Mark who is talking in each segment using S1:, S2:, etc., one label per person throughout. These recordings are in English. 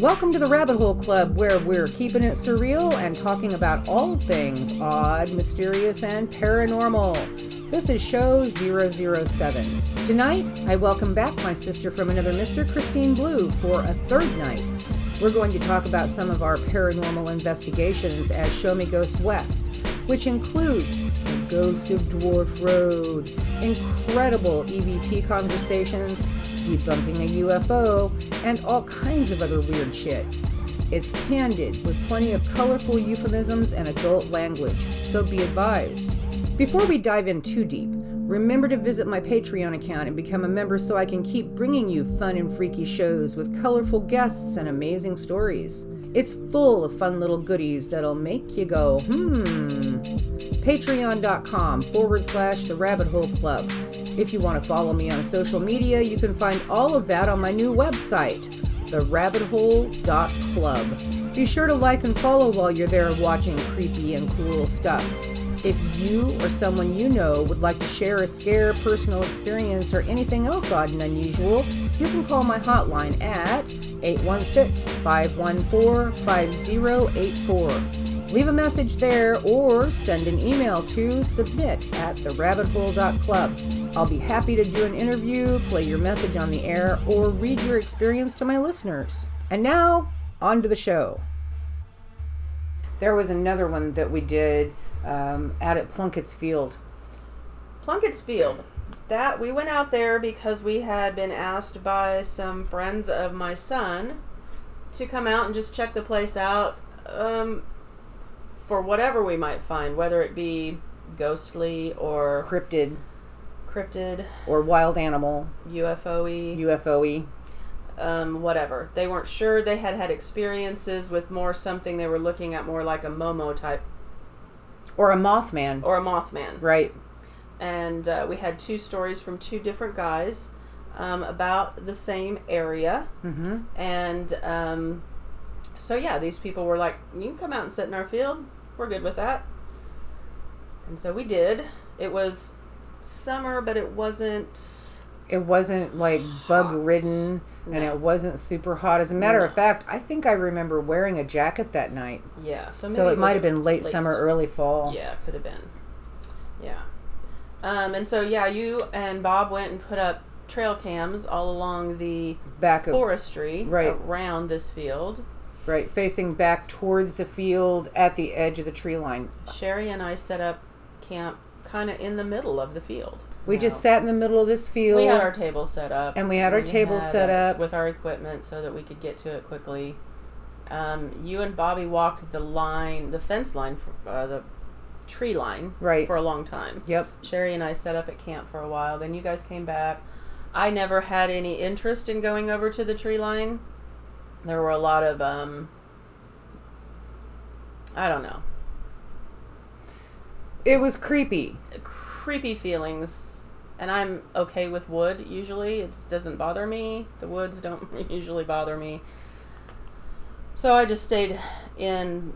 S1: Welcome to the Rabbit Hole Club, where we're keeping it surreal and talking about all things odd, mysterious, and paranormal. This is show 007. Tonight, I welcome back my sister from another Mr. Christine Blue for a third night. We're going to talk about some of our paranormal investigations as Show Me Ghost West, which includes The Ghost of Dwarf Road, incredible EVP conversations, debunking a UFO, and all kinds of other weird shit. It's candid with plenty of colorful euphemisms and adult language, so be advised. Before we dive in too deep, remember to visit my Patreon account and become a member so I can keep bringing you fun and freaky shows with colorful guests and amazing stories. It's full of fun little goodies that'll make you go, hmm patreon.com forward slash the rabbit hole club. If you want to follow me on social media, you can find all of that on my new website, therabbithole.club. Be sure to like and follow while you're there watching creepy and cool stuff. If you or someone you know would like to share a scare, personal experience, or anything else odd and unusual, you can call my hotline at 816 514 5084. Leave a message there or send an email to submit at therabbithole.club. I'll be happy to do an interview, play your message on the air, or read your experience to my listeners. And now, on to the show. There was another one that we did um, out at Plunkett's Field.
S2: Plunkett's Field. That we went out there because we had been asked by some friends of my son to come out and just check the place out um, for whatever we might find, whether it be ghostly or
S1: Cryptid
S2: cryptid,
S1: or wild animal,
S2: UFO-y,
S1: UFO
S2: E, um, whatever. They weren't sure. They had had experiences with more something they were looking at more like a Momo type
S1: or a Mothman.
S2: or a Mothman.
S1: Right.
S2: and uh, we had two stories from two different guys um, about the same area.
S1: Mm-hmm.
S2: And um, so, yeah, these people were like, You can come out and sit in our field. We're good with that. And so we did. It was summer, but it wasn't.
S1: it wasn't like bug ridden and
S2: No.
S1: it wasn't super hot. As a matter of
S2: No.
S1: fact, I think I remember wearing a jacket that night.
S2: Yeah. So, maybe
S1: so it might
S2: was
S1: have been late, summer, early fall.
S2: Yeah, could have been. Yeah. Um, and so, yeah, you and Bob went and put up trail cams all along the
S1: Back of,
S2: forestry
S1: Right.
S2: around this field.
S1: right, facing back towards the field at the edge of the tree line.
S2: Sherry and I set up camp kind of in the middle of the field.
S1: We just sat in the middle of this field.
S2: We had our table set up.
S1: And we had our table set
S2: us
S1: up.
S2: with our equipment so that we could get to it quickly. Um, you and Bobby walked the line, the fence line, for, uh, the tree line,
S1: Right.
S2: for a long time.
S1: yep.
S2: Sherry and I set up at camp for a while. Then you guys came back. I never had any interest in going over to the tree line. There were a lot of, um, I don't know,
S1: It was creepy.
S2: creepy feelings and i'm okay with wood usually it doesn't bother me the woods don't usually bother me so i just stayed in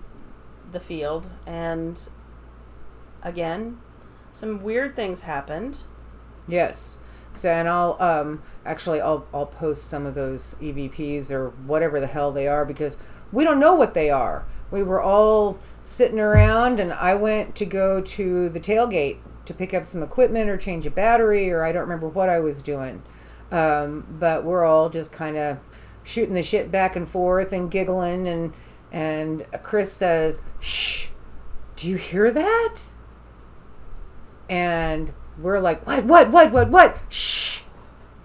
S2: the field and again some weird things happened
S1: Yes. So and I'll um actually I'll I'll post some of those EVPs or whatever the hell they are because we don't know what they are. We were all sitting around and I went to go to the tailgate to pick up some equipment or change a battery or I don't remember what I was doing. Um, but we're all just kind of shooting the shit back and forth and giggling and and Chris says, "Shh. Do you hear that?" and we're like, what, what, what, what, what? Shh!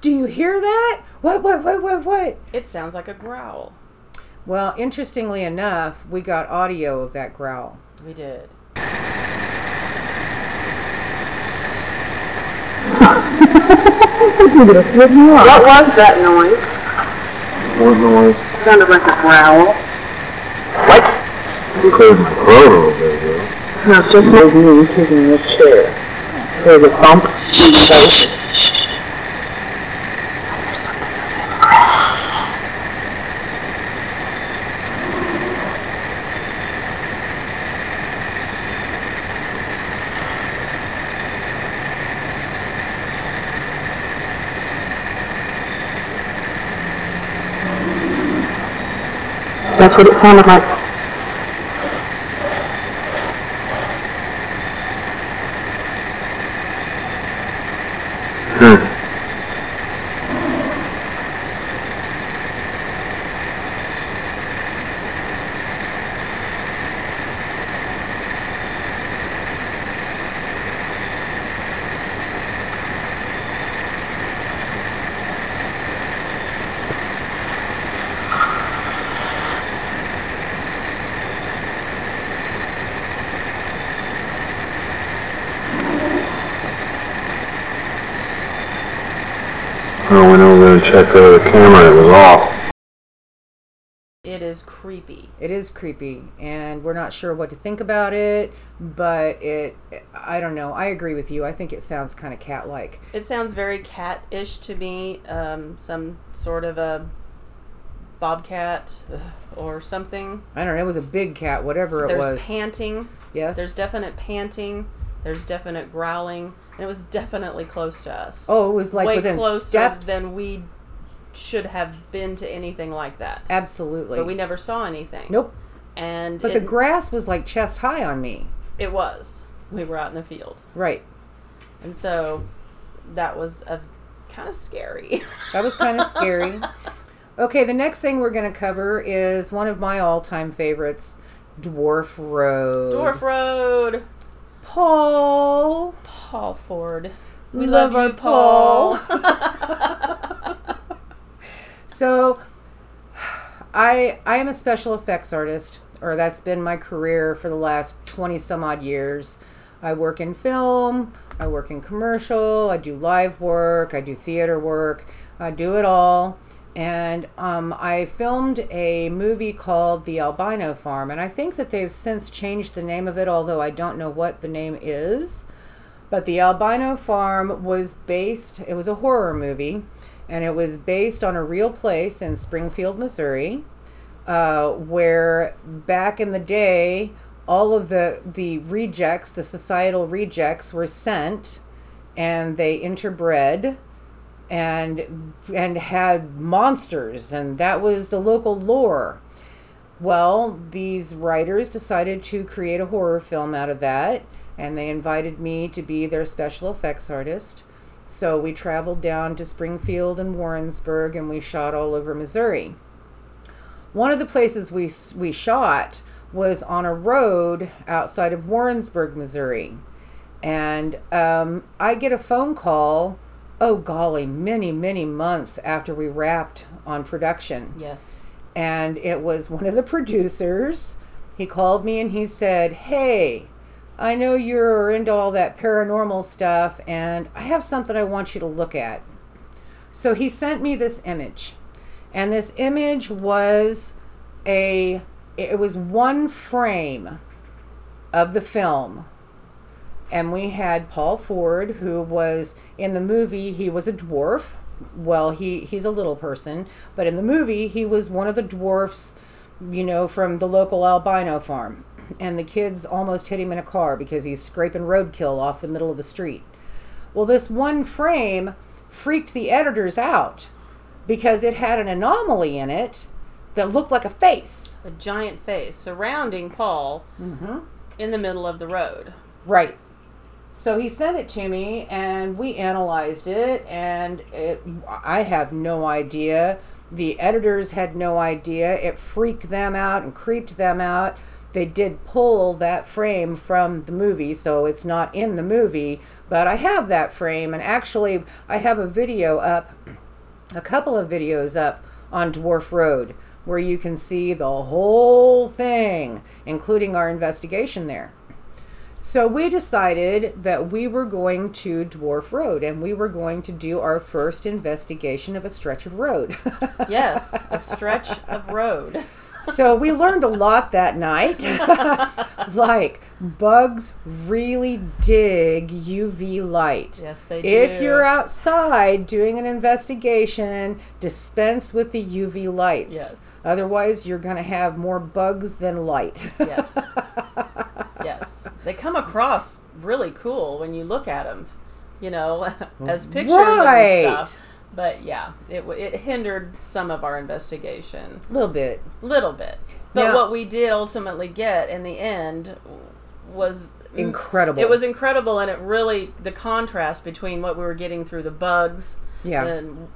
S1: Do you hear that? What, what, what, what, what?
S2: it sounds like a growl
S1: Well, interestingly enough, we got audio of that growl.
S2: we did
S3: What was that noise?
S4: What noise?
S3: Sounded like a growl. What?
S4: You said burr over there.
S3: No, it's just like me kicking the chair. Heard a bump and face. That's what it sounded like.
S4: Hmm. I went over to check the other camera. It was off.
S2: It is creepy.
S1: It is creepy, and we're not sure what to think about it, but it, I don't know. I agree with you. I think it sounds kind of cat like.
S2: It sounds very cat-ish to me. Um, some sort of a bobcat ugh, or something.
S1: I don't know. It was a big cat, whatever it
S2: There's
S1: was.
S2: panting.
S1: yes.
S2: There's definite panting. There's definite growling, and it was definitely close to us.
S1: oh, it was like
S2: way
S1: within
S2: closer
S1: steps.
S2: than we should have been to anything like that.
S1: Absolutely.
S2: But we never saw anything.
S1: nope.
S2: And
S1: But
S2: it,
S1: the grass was like chest high on me.
S2: it was. We were out in the field,
S1: Right.
S2: and so that was a kind of scary.
S1: That was kind of scary. Okay, the next thing we're going to cover is one of my all time favorites Dwarf Road.
S2: Dwarf Road,
S1: Paul.
S2: Paul Ford. We
S1: Love
S2: love,
S1: our
S2: you, Paul.
S1: So I I am a special effects artist, or that's been my career for the last 20 some odd years. I work in film, I work in commercial, I do live work, I do theater work, I do it all. And um, I filmed a movie called The Albino Farm, and I think that they've since changed the name of it, although I don't know what the name is. But the Albino Farm was based, it was a horror movie, and it was based on a real place in Springfield, Missouri, uh, where back in the day, all of the, the rejects, the societal rejects, were sent and they interbred and and had monsters and that was the local lore well, these writers decided to create a horror film out of that, and they invited me to be their special effects artist. So we traveled down to Springfield and Warrensburg, and we shot all over Missouri. One of the places we s- we shot was on a road outside of Warrensburg, Missouri, and um, I get a phone call. Oh golly, many many months after we wrapped on production
S2: yes.
S1: and it was one of the producers. He called me and he said, Hey, I know you're into all that paranormal stuff, and I have something I want you to look at. So he sent me this image, and this image was a it was one frame of the film and we had Paul Ford, who was in the movie, he was a dwarf. Well, he he's a little person, but in the movie, he was one of the dwarfs, you know, from the local albino farm. And the kids almost hit him in a car because he's scraping roadkill off the middle of the street. Well, this one frame freaked the editors out because it had an anomaly in it that looked like a face.
S2: A giant face surrounding Paul
S1: Mm-hmm.
S2: in the middle of the road.
S1: Right. So he sent it to me, and we analyzed it, and it, I have no idea. The editors had no idea. It freaked them out and creeped them out. They did pull that frame from the movie, so it's not in the movie, but I have that frame, and actually, I have a video up a couple of videos up on Dwarf Road where you can see the whole thing, including our investigation there. So we decided that we were going to Dwarf Road and we were going to do our first investigation of a stretch of road.
S2: Yes, a stretch of road.
S1: so we learned a lot that night. like, bugs really dig UV light.
S2: Yes, they do.
S1: If you're outside doing an investigation, dispense with the UV lights.
S2: Yes.
S1: Otherwise, you're going to have more bugs than light.
S2: Yes. yes. They come across really cool when you look at them, you know, as pictures
S1: Right.
S2: and stuff. But yeah, it w- it hindered some of our investigation,
S1: A little bit.
S2: little bit. But
S1: Now-
S2: what we did ultimately get in the end was
S1: Incredible.
S2: It was incredible, and it really the contrast between what we were getting through the bugs,
S1: Yeah.
S2: and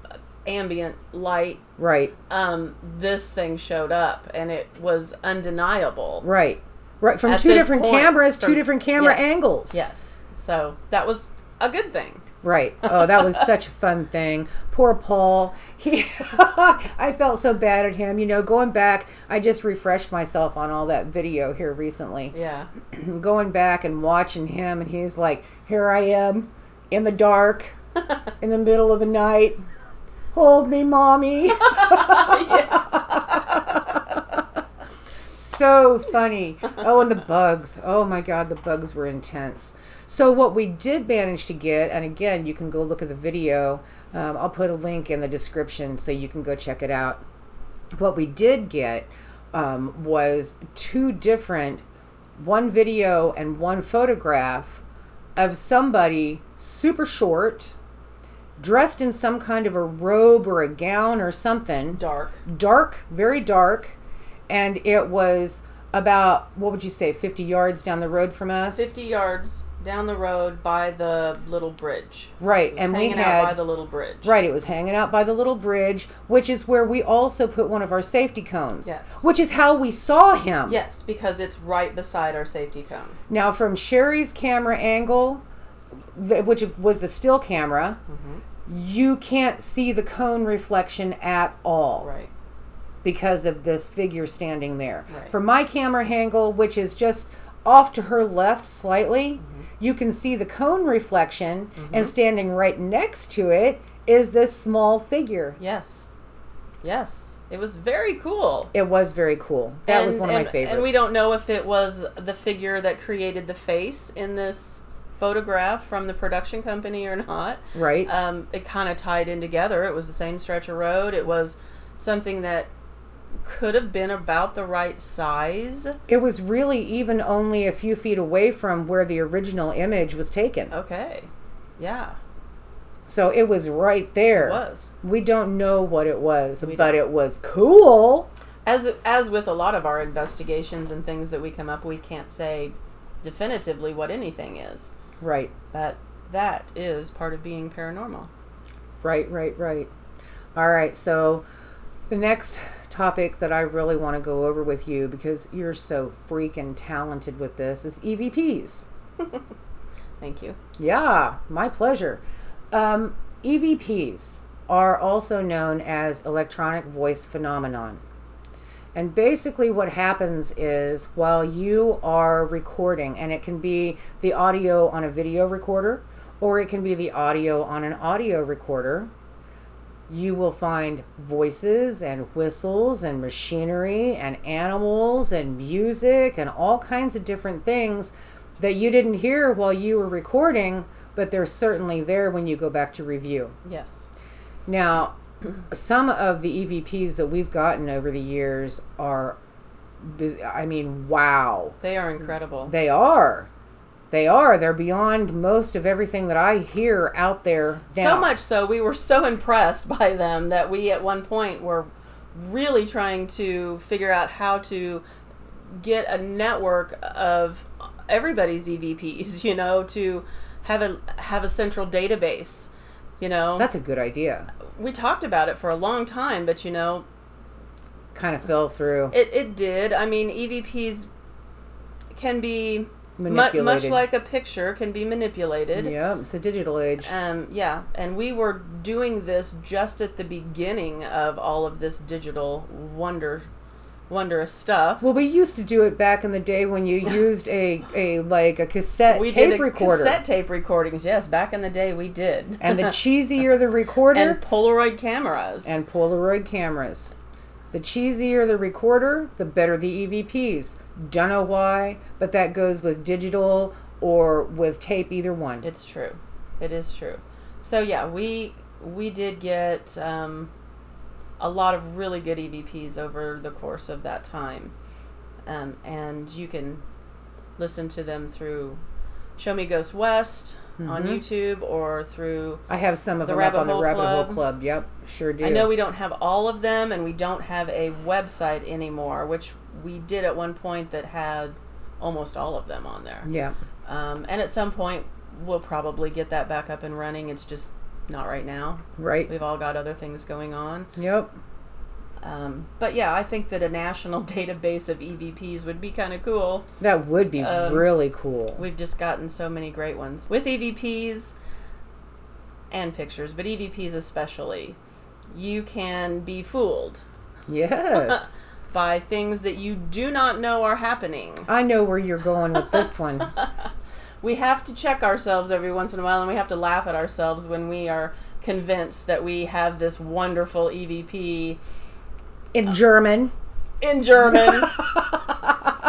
S2: ambient light.
S1: Right.
S2: Um, this thing showed up, and it was undeniable.
S1: Right. Right. From
S2: At
S1: two
S2: this
S1: different
S2: point,
S1: cameras, two
S2: from-
S1: different camera
S2: yes,
S1: angles.
S2: Yes. So that was a good thing.
S1: Right. Oh, that was such a fun thing. Poor Paul. He, I felt so bad at him. You know, going back, I just refreshed myself on all that video here recently.
S2: Yeah.
S1: Going back and watching him, and he's like, "Here I am, in the dark, in the middle of the night. Hold me, mommy." so funny. Oh, and the bugs. Oh my God, the bugs were intense. So what we did manage to get, and again, you can go look at the video. Um, I'll put a link in the description so you can go check it out. What we did get um, was two different, one video and one photograph of somebody super short, dressed in some kind of a robe or a gown or something
S2: Dark.
S1: dark, very dark, and it was about what would you say, fifty yards down the road from us?
S2: 50 yards down the road by the little bridge.
S1: Right,
S2: It was
S1: and we
S2: hanging
S1: had
S2: out by the little bridge.
S1: right. It was hanging out by the little bridge, which is where we also put one of our safety cones.
S2: Yes.
S1: which is how we saw him.
S2: Yes, because it's right beside our safety cone.
S1: Now, from Sherry's camera angle, th- which was the still camera.
S2: Mm-hmm.
S1: You can't see the cone reflection at all.
S2: Right.
S1: because of this figure standing there.
S2: Right.
S1: From my camera angle, which is just off to her left slightly,
S2: Mm-hmm.
S1: you can see the cone reflection, and standing right next to it is this small figure.
S2: Yes. Yes. It was very cool.
S1: It was very cool. That was
S2: And-
S1: one of
S2: and-
S1: my favorites.
S2: And we don't know if it was the figure that created the face in this photograph from the production company or not.
S1: right,
S2: um, it kind of tied in together. It was the same stretch of road. It was something that could have been about the right size.
S1: it was really even only a few feet away from where the original image was taken,
S2: Okay, yeah,
S1: so it was right there.
S2: it was.
S1: We don't know what it was,
S2: We
S1: but
S2: don't.
S1: it was cool.
S2: As as with a lot of our investigations and things that we come up, we can't say definitively what anything is.
S1: Right.
S2: That that is part of being paranormal.
S1: Right, right, right. All right, so the next topic that I really want to go over with you because you're so freaking talented with this is E EVPs.
S2: Thank you.
S1: Yeah, my pleasure. Um, EVPs are also known as electronic voice phenomenon. And basically, what happens is while you are recording, and it can be the audio on a video recorder or it can be the audio on an audio recorder, you will find voices and whistles and machinery and animals and music and all kinds of different things that you didn't hear while you were recording, but they're certainly there when you go back to review.
S2: Yes.
S1: Now, some of the EVPs that we've gotten over the years are, biz- I mean, wow.
S2: They are incredible.
S1: Mm. They are. They are. They're beyond most of everything that I hear out there now.
S2: So much so, we were so impressed by them that we at one point were really trying to figure out how to get a network of everybody's EVPs, you know, to have a have a central database. You know,
S1: That's a good idea.
S2: we talked about it for a long time, but you know,
S1: Kind of fell through.
S2: it, it did. I mean, EVPs can be mu- much
S1: Manipulated.
S2: like a picture can be manipulated.
S1: Yeah, it's a digital age.
S2: Um, yeah, and we were doing this just at the beginning of all of this digital wonder, wondrous stuff.
S1: Well, we used to do it back in the day when you used a, a like a cassette
S2: We
S1: tape
S2: did a
S1: recorder.
S2: cassette tape recordings. Yes, back in the day we did.
S1: And the cheesier the recorder
S2: and Polaroid cameras.
S1: and Polaroid cameras. The cheesier the recorder, the better the EVPs. Don't know why, but that goes with digital or with tape, either one.
S2: it's true, it is true. So yeah, we we did get um, a lot of really good EVPs over the course of that time, um, and you can listen to them through Show Me Ghost West, on YouTube or through.
S1: I have some of
S2: The
S1: them up
S2: Rabbit
S1: on the
S2: Hole
S1: Rabbit Hole
S2: Club.
S1: Club. Yep, sure do.
S2: I know we don't have all of them, and we don't have a website anymore, which we did at one point that had almost all of them on there.
S1: Yeah.
S2: Um, and at some point, we'll probably get that back up and running. It's just not right now.
S1: Right.
S2: We've all got other things going on.
S1: Yep.
S2: Um, but yeah, I think that a national database of EVPs would be kind of cool.
S1: That would be
S2: Um,
S1: really cool.
S2: We've just gotten so many great ones with EVPs and pictures, but EVPs especially. You can be fooled
S1: Yes.
S2: by things that you do not know are happening.
S1: I know where you're going with this one.
S2: We have to check ourselves every once in a while and we have to laugh at ourselves when we are convinced that we have this wonderful E EVP
S1: In German.
S2: in German,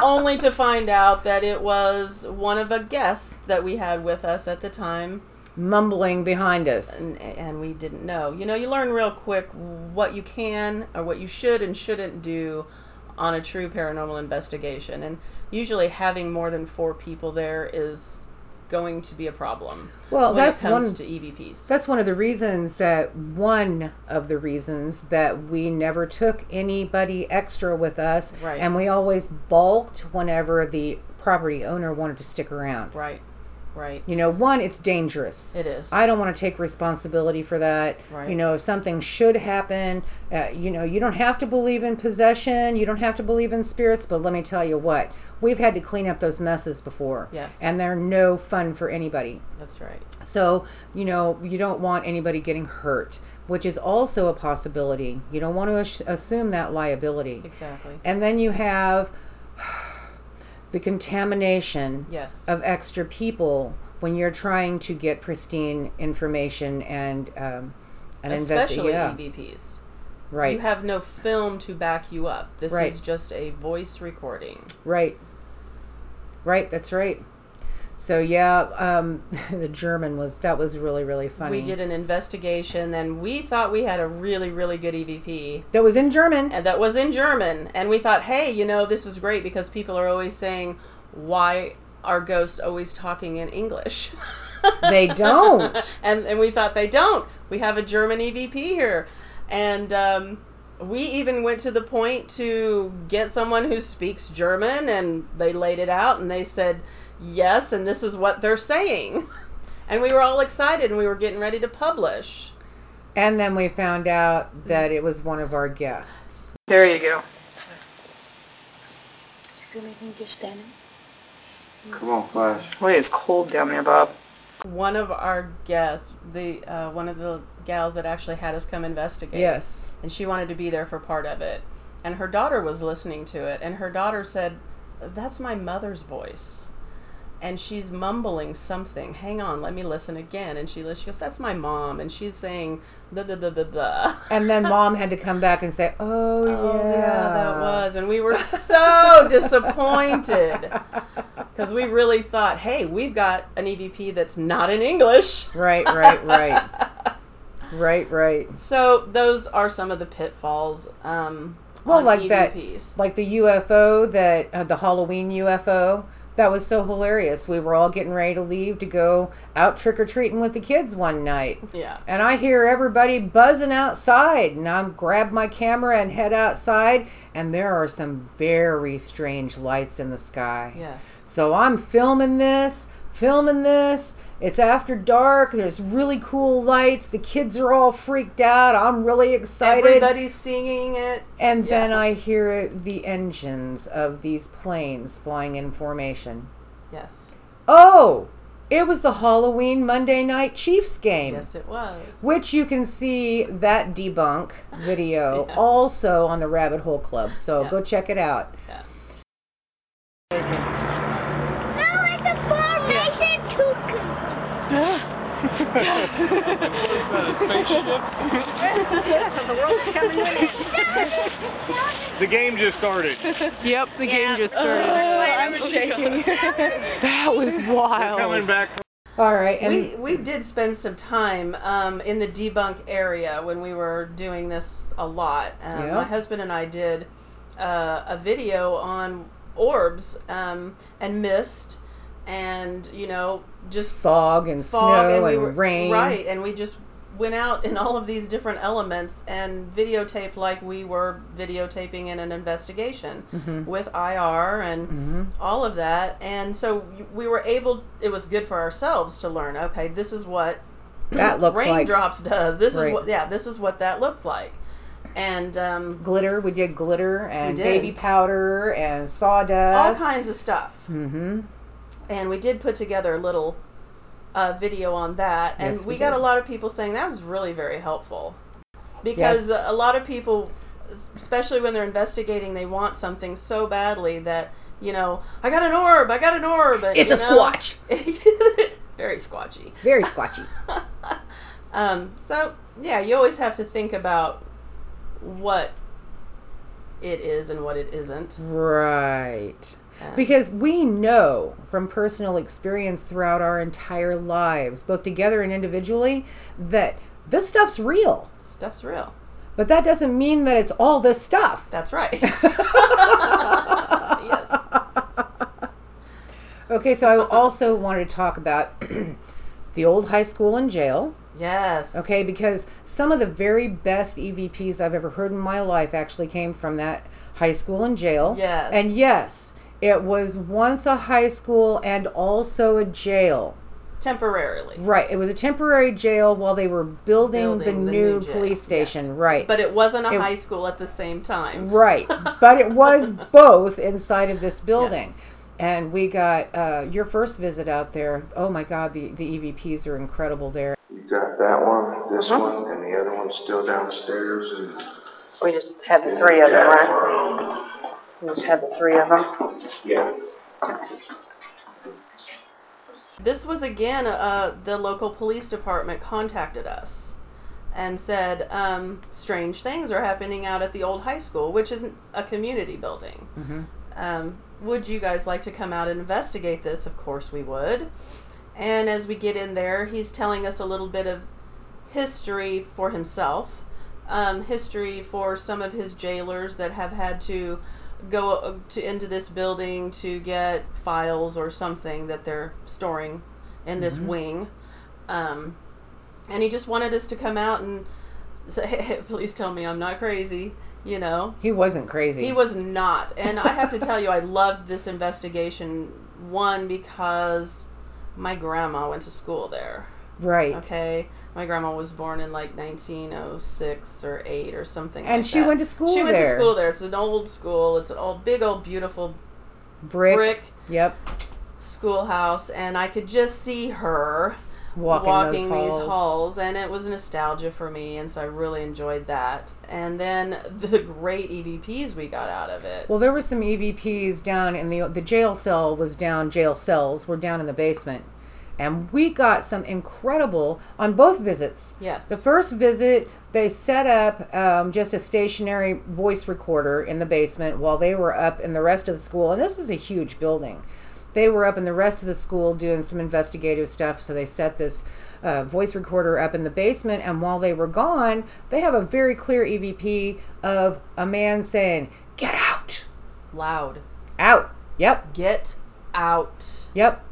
S2: only to find out that it was one of a guest that we had with us at the time,
S1: mumbling behind us.
S2: and, and we didn't know. You know, you learn real quick what you can or what you should and shouldn't do on a true paranormal investigation, and usually having more than four people there is going to be a problem.
S1: Well,
S2: when
S1: Oh, that's
S2: it comes
S1: one-
S2: to E EVPs.
S1: That's one of the reasons that one of the reasons that we never took anybody extra with us,
S2: Right.
S1: and we always balked whenever the property owner wanted to stick around.
S2: Right, right.
S1: You know, one, it's dangerous.
S2: It is.
S1: I don't want to take responsibility for that.
S2: Right.
S1: You know, if something should happen, uh, you know, you don't have to believe in possession, you don't have to believe in spirits, but let me tell you what, we've had to clean up those messes before.
S2: Yes.
S1: And they're no fun for anybody.
S2: that's right.
S1: So, you know, you don't want anybody getting hurt, which is also a possibility. You don't want to ass- assume that liability.
S2: Exactly.
S1: And then you have the contamination
S2: Yes.
S1: of extra people when you're trying to get pristine information and um, an
S2: Especially
S1: investigation.
S2: EVPs.
S1: right,
S2: You have no film to back you up. This
S1: Right.
S2: is just a voice recording.
S1: right, right. That's right. So yeah, um, the German was that was really really funny.
S2: We did an investigation and we thought we had a really, really good EVP.
S1: that was in German.
S2: And that was in German. And we thought, hey, you know, this is great because people are always saying, why are ghosts always talking in English?
S1: they don't.
S2: and, and we thought, they don't. We have a German EVP here. And um, we even went to the point to get someone who speaks German and they laid it out and they said, yes, and this is what they're saying. And we were all excited and we were getting ready to publish.
S1: And then we found out that it was one of our guests.
S5: There you go.
S6: feel anything just standing?
S4: Come on, Flash.
S5: Wait, it's cold down there, Bob.
S2: one of our guests, the uh, one of the gals that actually had us come investigate.
S1: Yes.
S2: and she wanted to be there for part of it, and her daughter was listening to it, and her daughter said, "That's my mother's voice," and she's mumbling something. Hang on, let me listen again. And she lis- she goes, "That's my mom," and she's saying, "Da da da da da."
S1: And then mom had to come back and say, "Oh, yeah.
S2: Oh, yeah, that was. And we were so disappointed because we really thought, hey, we've got an EVP that's not in English.
S1: Right, right, right. right, right.
S2: So those are some of the pitfalls. Um,
S1: Well,
S2: on E
S1: like
S2: EVPs.
S1: that, like the UFO that uh, the Halloween UFO. That was so hilarious. We were all getting ready to leave to go out trick or treating with the kids one night.
S2: Yeah.
S1: And I hear everybody buzzing outside, and I grab my camera and head outside, and there are some very strange lights in the sky.
S2: Yes.
S1: So I'm filming this, filming this. It's after dark. There's really cool lights. The kids are all freaked out. I'm really excited.
S2: Everybody's singing it.
S1: and
S2: yeah.
S1: then I hear the engines of these planes flying in formation.
S2: Yes.
S1: Oh, it was the Halloween Monday night Chiefs game
S2: Yes, it was.
S1: which you can see that debunk video also on the Rabbit Hole Club. So
S2: Yeah.
S1: go check it out.
S2: Yeah.
S7: Not like a formation toucan.
S8: The game just started.
S9: Yep, the game just started. I'm shaking. that was wild.
S8: Coming back
S1: All right, and
S2: We, we did spend some time um, in the debunk area when we were doing this a lot. Um,
S1: Yeah.
S2: My husband and I did uh, a video on orbs um, and mist and you know just
S1: Fog and
S2: fog
S1: snow
S2: and,
S1: and,
S2: we were,
S1: rain.
S2: Right, and we just went out in all of these different elements and videotaped like we were videotaping in an investigation
S1: Mm-hmm.
S2: with IR and all of that. And so we were able it was good for ourselves to learn, okay, this is what
S1: That looks like
S2: raindrops does. This
S1: Right.
S2: is what yeah, this is what that looks like. And um
S1: glitter. We did glitter and
S2: did.
S1: baby powder and
S2: all
S1: sawdust.
S2: kinds of stuff. Mm-hmm. And we did put together a little uh, video on that, and
S1: Yes,
S2: we,
S1: we
S2: got
S1: did.
S2: a lot of people saying that was really very helpful because
S1: Yes.
S2: a lot of people, s- especially when they're investigating, they want something so badly that you know I got an orb, I got an orb. and,
S1: It's
S2: you
S1: a
S2: know,
S1: squatch.
S2: very squatchy.
S1: Very squatchy.
S2: Um, so yeah, you always have to think about what it is and what it isn't.
S1: Mm. Right.
S2: Uh,
S1: Because we know from personal experience throughout our entire lives, both together and individually, that this stuff's real.
S2: Stuff's real.
S1: But that doesn't mean that it's all this stuff.
S2: That's right. yes.
S1: Okay, so I also wanted to talk about the old high school and jail.
S2: Yes.
S1: Okay, because some of the very best EVPs I've ever heard in my life actually came from that high school and jail.
S2: Yes.
S1: And yes, it was once a high school and also a jail.
S2: Temporarily.
S1: Right. It was a temporary jail while they were building,
S2: Building
S1: the, new,
S2: jail.
S1: police station.
S2: Yes.
S1: Right.
S2: But it wasn't a
S1: It-
S2: high school at the same time.
S1: right. But it was both inside of this building.
S2: Yes.
S1: And we got uh, your first visit out there. Oh my God, the, the EVPs are incredible there.
S4: You got that one, this
S6: Uh-huh.
S4: one, and the other one's still downstairs and.
S6: We just had the three of them, right? We just had the three of them.
S4: Yeah.
S2: This was again, uh, the local police department contacted us and said um, strange things are happening out at the old high school, which is a community building.
S1: Mm-hmm.
S2: Um, would you guys like to come out and investigate this? Of course, we would. And as we get in there, he's telling us a little bit of history for himself, um, history for some of his jailers that have had to go uh, to into this building to get files or something that they're storing in this wing. Um, and he just wanted us to come out and say, please tell me I'm not crazy, you know.
S1: He wasn't crazy.
S2: He was not. And I have to tell you, I loved this investigation. One, because my grandma went to school there.
S1: right.
S2: Okay. My grandma was born in like 1906 or 8 or something.
S1: And
S2: like
S1: she
S2: that.
S1: went to school
S2: She went to
S1: there.
S2: school there. It's an old school. It's an old, big, old, beautiful
S1: Brick.
S2: brick
S1: Yep.
S2: schoolhouse. And I could just see her
S1: Walking,
S2: walking,
S1: those halls.
S2: these halls and it was nostalgia for me and so i really enjoyed that and then the great evps we got out of it
S1: Well, there were some EVPs down in the the jail cell was down. Jail cells were down in the basement, and we got some incredible on both visits.
S2: yes
S1: The first visit, they set up um, just a stationary voice recorder in the basement while they were up in the rest of the school. And this is a huge building. They were up in the rest of the school doing some investigative stuff. So they set this uh, voice recorder up in the basement. And while they were gone, they have a very clear EVP of a man saying, Get out!
S2: loud
S1: Out! Yep,
S2: get out
S1: yep.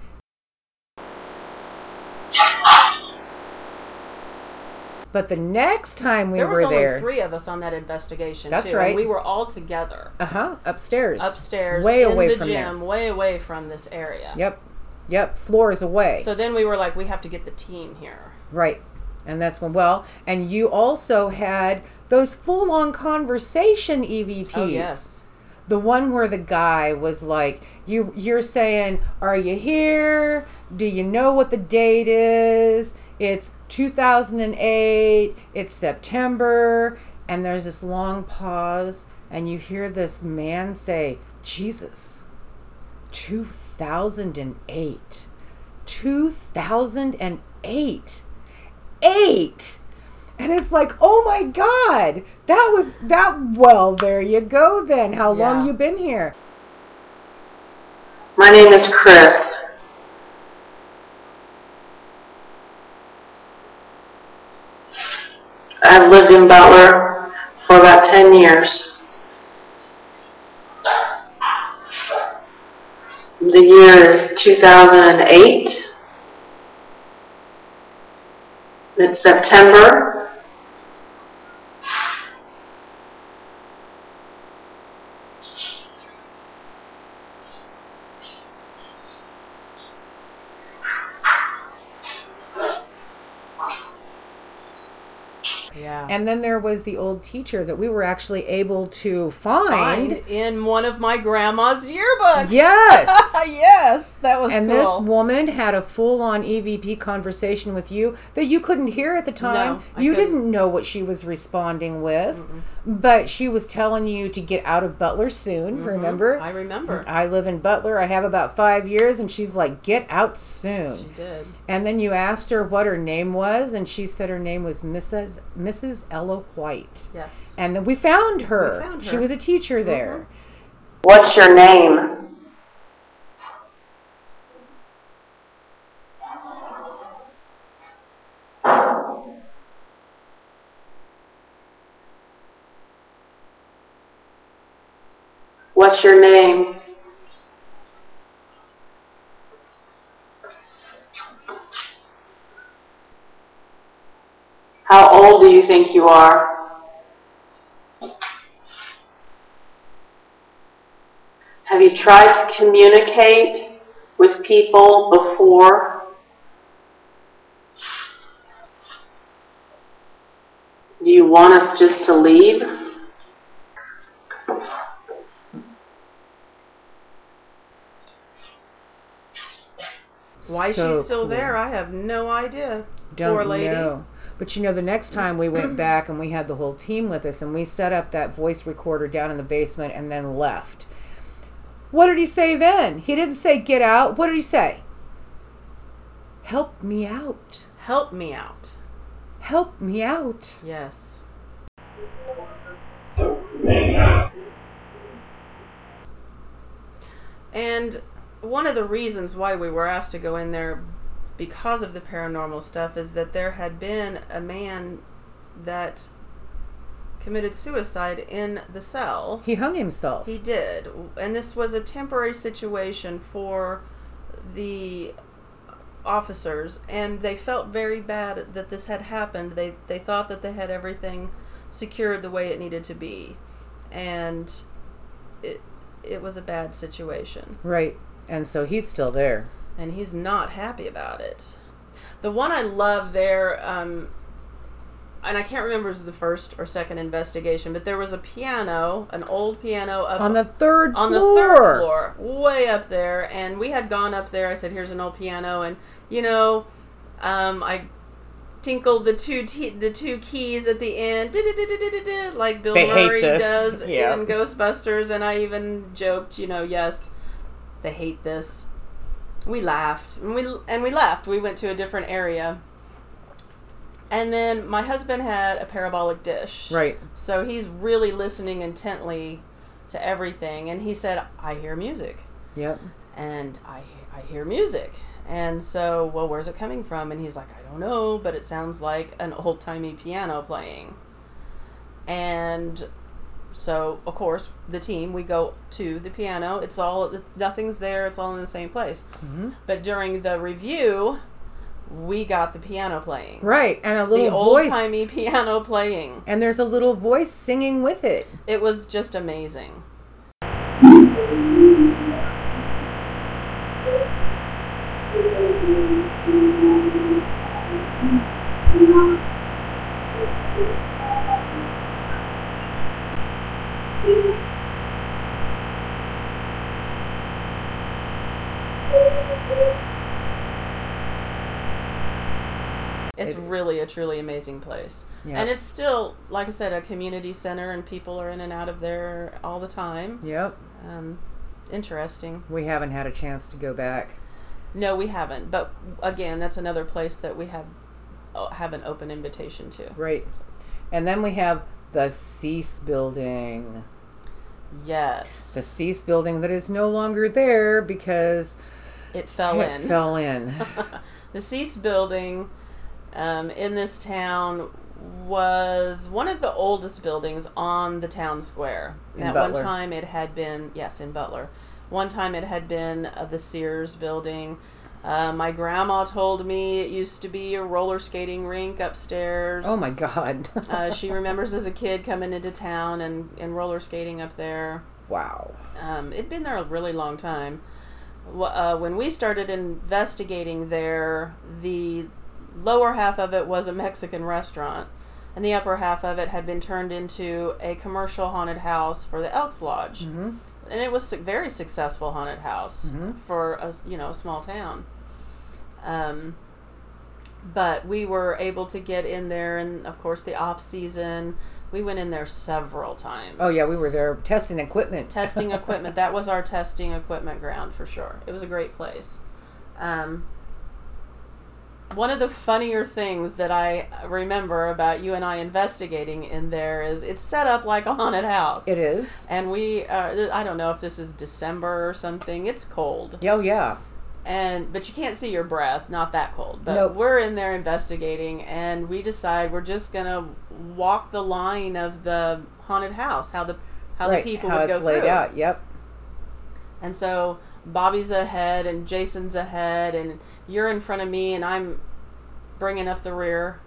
S1: But the next time we
S2: there was
S1: were
S2: only
S1: there,
S2: three of us on that investigation
S1: That's
S2: too,
S1: right.
S2: and we were all together
S1: Uh huh. Upstairs.
S2: upstairs
S1: Way
S2: in
S1: away
S2: the
S1: from
S2: gym way away from this area
S1: there. Yep. Yep. Floors away.
S2: so then we were like we have to get the team here
S1: right. And that's when. Well, and you also had those full-on conversation E EVPs.
S2: oh yes
S1: The one where the guy was like, "You, you're saying, are you here? Do you know what the date is? It's 2008. It's September." And there's this long pause, and you hear this man say, "Jesus, 2008, 2008, eight." And it's like, oh my God, that was that. Well, there you go. Then, how long
S2: Yeah.
S1: you been here?
S6: My name is Chris. I've lived in Butler for about 10 years. The year is 2008. It's September.
S2: Yeah.
S1: And then there was the old teacher that we were actually able to
S2: Find
S1: find.
S2: in one of my grandma's yearbooks.
S1: Yes.
S2: yes, that was
S1: And
S2: cool.
S1: this woman had a full on EVP conversation with you that you couldn't hear at the time.
S2: I
S1: you
S2: couldn't.
S1: didn't know what she was responding with, but she was telling you to get out of Butler soon, remember?
S2: Mm-hmm. I remember.
S1: I live in Butler. I have about five years. And she's like, get out soon.
S2: She did.
S1: And then you asked her what her name was. And she said her name was Mrs. Mrs. Ella White.
S2: Yes.
S1: And then we found her.
S2: found
S1: She
S2: her. Uh-huh.
S1: was a teacher there.
S6: What's your name? What's your name? How old do you think you are? Have you tried to communicate with people before? Do you want us just to leave?
S2: Why
S1: So
S2: she's still
S1: cool.
S2: there, I have no idea.
S1: Don't
S2: Poor lady.
S1: know. But you know, the next time we went back and we had the whole team with us and we set up that voice recorder down in the basement and then left. What did he say then? He didn't say get out. What did he say? Help me out.
S2: Help me out.
S1: Help me out.
S2: Yes. And one of the reasons why we were asked to go in there because of the paranormal stuff is that there had been a man that committed suicide in the cell.
S1: He hung himself.
S2: He did. And this was a temporary situation for the officers and they felt very bad that this had happened. They they thought that they had everything secured the way it needed to be. And it it was a bad situation
S1: right. And so he's still there.
S2: and he's not happy about it. The one I love there, um, and I can't remember if it was the first or second investigation, but there was a piano, an old piano up
S1: On the third
S2: on the
S1: floor.
S2: third floor, way up there. And we had gone up there. I said, "Here's an old piano," and you know, um, I tinkled the two te- the two keys at the end, "Du-du-du-du-du-du-du," like Bill
S1: They hate
S2: Murray
S1: this.
S2: does
S1: Yeah.
S2: in Ghostbusters. And I even joked, you know, yes, they hate this. We laughed and we and we left. We went to a different area. And then my husband had a parabolic dish.
S1: Right.
S2: So he's really listening intently to everything, and he said, "I hear music,"
S1: Yep.
S2: and I I hear music, and so well, where's it coming from? And he's like, "I don't know, but it sounds like an old timey piano playing," and so of course the team we go to the piano. It's all it's, nothing's there. It's all in the same place. But during the review, we got the piano playing.
S1: Right. And a
S2: The
S1: little
S2: old
S1: voice.
S2: timey piano playing.
S1: and there's a little voice singing with it.
S2: It was just amazing. It's
S1: It is.
S2: really a truly amazing place.
S1: Yeah.
S2: And it's still, like I said, a community center, and people are in and out of there all the time.
S1: Yep.
S2: Um, interesting.
S1: We haven't had a chance to go back.
S2: No, we haven't. But again, that's another place that we have uh, have an open invitation to.
S1: Right. And then we have the Cease building.
S2: Yes,
S1: The Cease building that is no longer there because
S2: it fell
S1: it
S2: in.
S1: fell in.
S2: the Cease building um, in this town was one of the oldest buildings on the town square.
S1: In
S2: At
S1: Butler.
S2: one time, it had been yes in Butler. One time it had been uh, the Sears building. Uh, my grandma told me it used to be a roller skating rink upstairs.
S1: Oh my God.
S2: uh, she remembers as a kid coming into town and, and roller skating up there.
S1: wow.
S2: Um, it'd been there a really long time. Wh- Uh, when we started investigating there, the lower half of it was a Mexican restaurant, and the upper half of it had been turned into a commercial haunted house for the Elks Lodge. Mm-hmm. And it was a very successful haunted house
S1: Mm-hmm.
S2: for a s- you know a small town. Um, but we were able to get in there, and of course the off season, we went in there several times.
S1: Oh yeah, we were there testing equipment.
S2: testing equipment. That was our testing equipment ground for sure. It was a great place. Um, one of the funnier things that I remember about you and I investigating in there is it's set up like a haunted house.
S1: It is.
S2: And we, uh, th- I don't know if this is December or something. It's cold,
S1: Oh yeah.
S2: and but you can't see your breath. Not that cold, but
S1: Nope.
S2: we're in there investigating, and we decide we're just gonna walk the line of the haunted house, how the how
S1: right.
S2: the people
S1: How
S2: would
S1: it's
S2: go
S1: laid
S2: through.
S1: out. Yep.
S2: And so Bobby's ahead and Jason's ahead and you're in front of me and I'm bringing up the rear.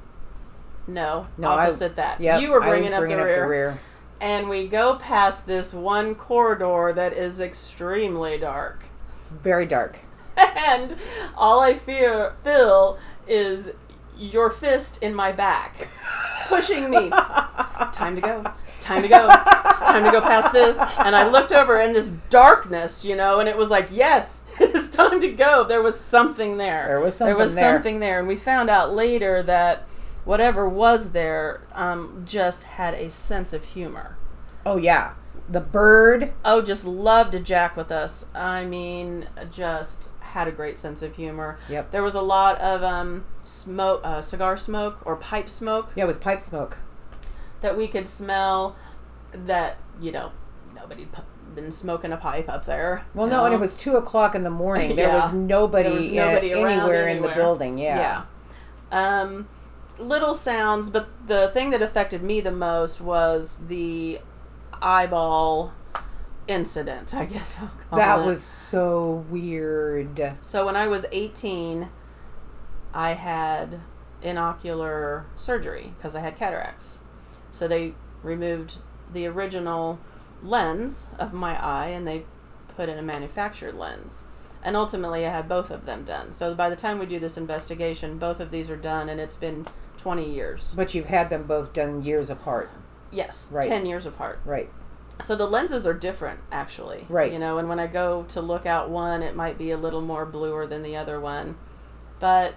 S2: No,
S1: No, I-
S2: opposite that.
S1: Yep.
S2: you were
S1: I was
S2: bringing, up,
S1: bringing
S2: the, rear,
S1: rear.
S2: And we go past this one corridor that is extremely dark.
S1: Very dark.
S2: And all I fear, feel is your fist in my back, pushing me. time to go. Time to go. It's time to go past this. And I looked over in this darkness, you know, and it was like, yes, it is time to go. There was something there.
S1: There was
S2: There was
S1: something there.
S2: something there. And we found out later that whatever was there um, just had a sense of humor.
S1: Oh yeah. The bird.
S2: Oh, just loved to jack with us. I mean, just had a great sense of humor.
S1: Yep.
S2: There was a lot of um, smoke, uh, cigar smoke or pipe smoke
S1: Yeah, it was pipe smoke.
S2: that we could smell. That you know, nobody pu- been smoking a pipe up there.
S1: Well,
S2: you
S1: no, and
S2: know?
S1: it was two o'clock in the morning. There
S2: Yeah.
S1: was nobody,
S2: There was
S1: uh,
S2: nobody around
S1: anywhere in the
S2: anywhere.
S1: building. Yeah.
S2: Yeah. Um, little sounds, but the thing that affected me the most was the eyeball incident. I guess I'll call
S1: That
S2: it.
S1: was so weird.
S2: So when I was 18, I had inocular surgery because I had cataracts. So they removed the original lens of my eye and they put in a manufactured lens. And ultimately, I had both of them done. So by the time we do this investigation, both of these are done, and it's been 20 years.
S1: But you've had them both done years apart.
S2: Yes,
S1: Right.
S2: 10 years apart.
S1: Right.
S2: So the lenses are different, actually.
S1: Right.
S2: You know, and when I go to look out one, it might be a little more bluer than the other one. But,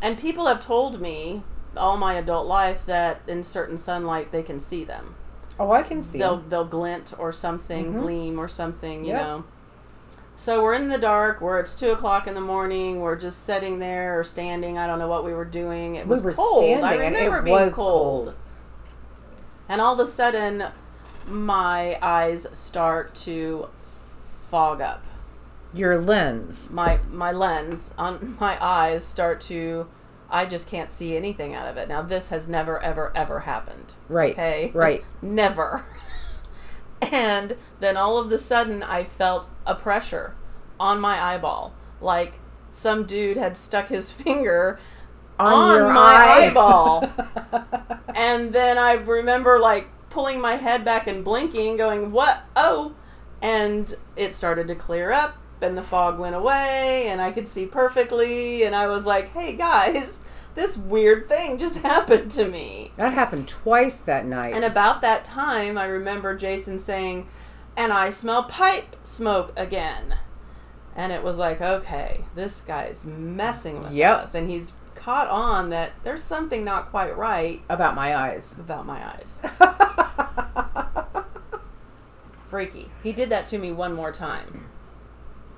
S2: and people have told me all my adult life that in certain sunlight they can see them.
S1: Oh, I can see.
S2: They'll
S1: 'em.
S2: they'll glint or something, gleam or something. You
S1: Yep.
S2: know. So we're in the dark. Where it's two o'clock in the morning. We're just sitting there or standing. I don't know what we were doing. It
S1: We
S2: was
S1: were
S2: cold. I
S1: standing, and it
S2: remember being
S1: was
S2: cold.
S1: cold.
S2: And all of a sudden, my eyes start to fog up.
S1: Your lens.
S2: My my lens on my eyes start to. I just can't see anything out of it. Now this has never ever ever happened.
S1: Right.
S2: Okay.
S1: Right.
S2: Never. And then all of the sudden, I felt a pressure on my eyeball, like some dude had stuck his finger
S1: On,
S2: on
S1: your
S2: my
S1: eye.
S2: eyeball. and then I remember like pulling my head back and blinking, going, "What? Oh!" And it started to clear up, and the fog went away, and I could see perfectly. And I was like, "Hey guys, this weird thing just happened to me."
S1: That happened twice that night.
S2: And about that time, I remember Jason saying, and I smell pipe smoke again. And it was like, okay, this guy's messing with
S1: Yep.
S2: us. And he's caught on that there's something not quite right
S1: about my eyes.
S2: about my eyes. Freaky. He did that to me one more time.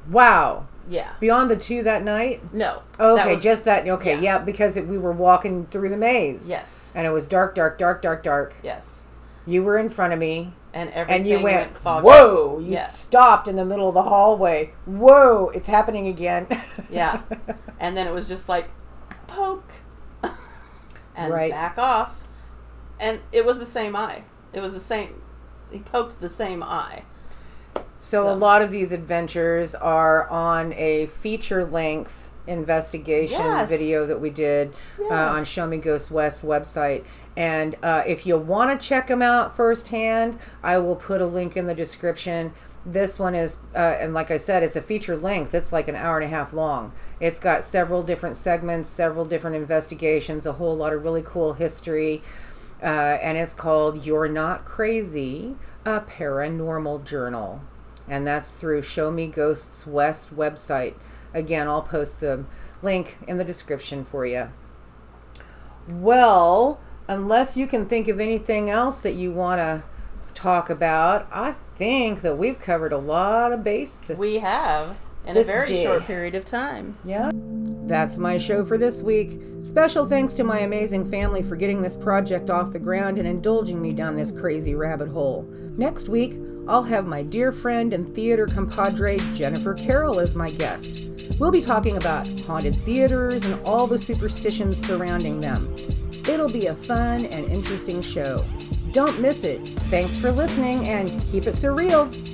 S1: Wow.
S2: Yeah.
S1: Beyond the two that night?
S2: No. that
S1: Okay,
S2: was-
S1: just that. Okay, yeah, because it, we were walking through the maze.
S2: Yes.
S1: And it was dark, dark, dark, dark, dark.
S2: Yes.
S1: You were in front of me.
S2: And everything
S1: and you went,
S2: foggy.
S1: whoa you
S2: Yeah.
S1: stopped in the middle of the hallway whoa it's happening again
S2: Yeah. and then it was just like poke and
S1: Right.
S2: back off. And it was the same eye. It was the same he poked the same eye.
S1: So a lot of these adventures are on a feature length investigation
S2: Yes.
S1: video that we did uh, on Show Me Ghost West website. And uh, if you want to check them out firsthand, I will put a link in the description. This one is, uh, and like I said, it's a feature length. It's like an hour and a half long. It's got several different segments, several different investigations, a whole lot of really cool history uh, and it's called You're Not Crazy, a Paranormal Journal. And that's through Show Me Ghosts West website. Again, I'll post the link in the description for you. Well, unless you can think of anything else that you want to talk about, I think that we've covered a lot of base this
S2: We have in
S1: This
S2: a very
S1: day.
S2: short period of time.
S1: yeah. That's my show for this week. Special thanks to my amazing family for getting this project off the ground and indulging me down this crazy rabbit hole. Next week, I'll have my dear friend and theater compadre Jennifer Carroll as my guest. We'll be talking about haunted theaters and all the superstitions surrounding them. It'll be a fun and interesting show. Don't miss it. Thanks for listening and keep it surreal.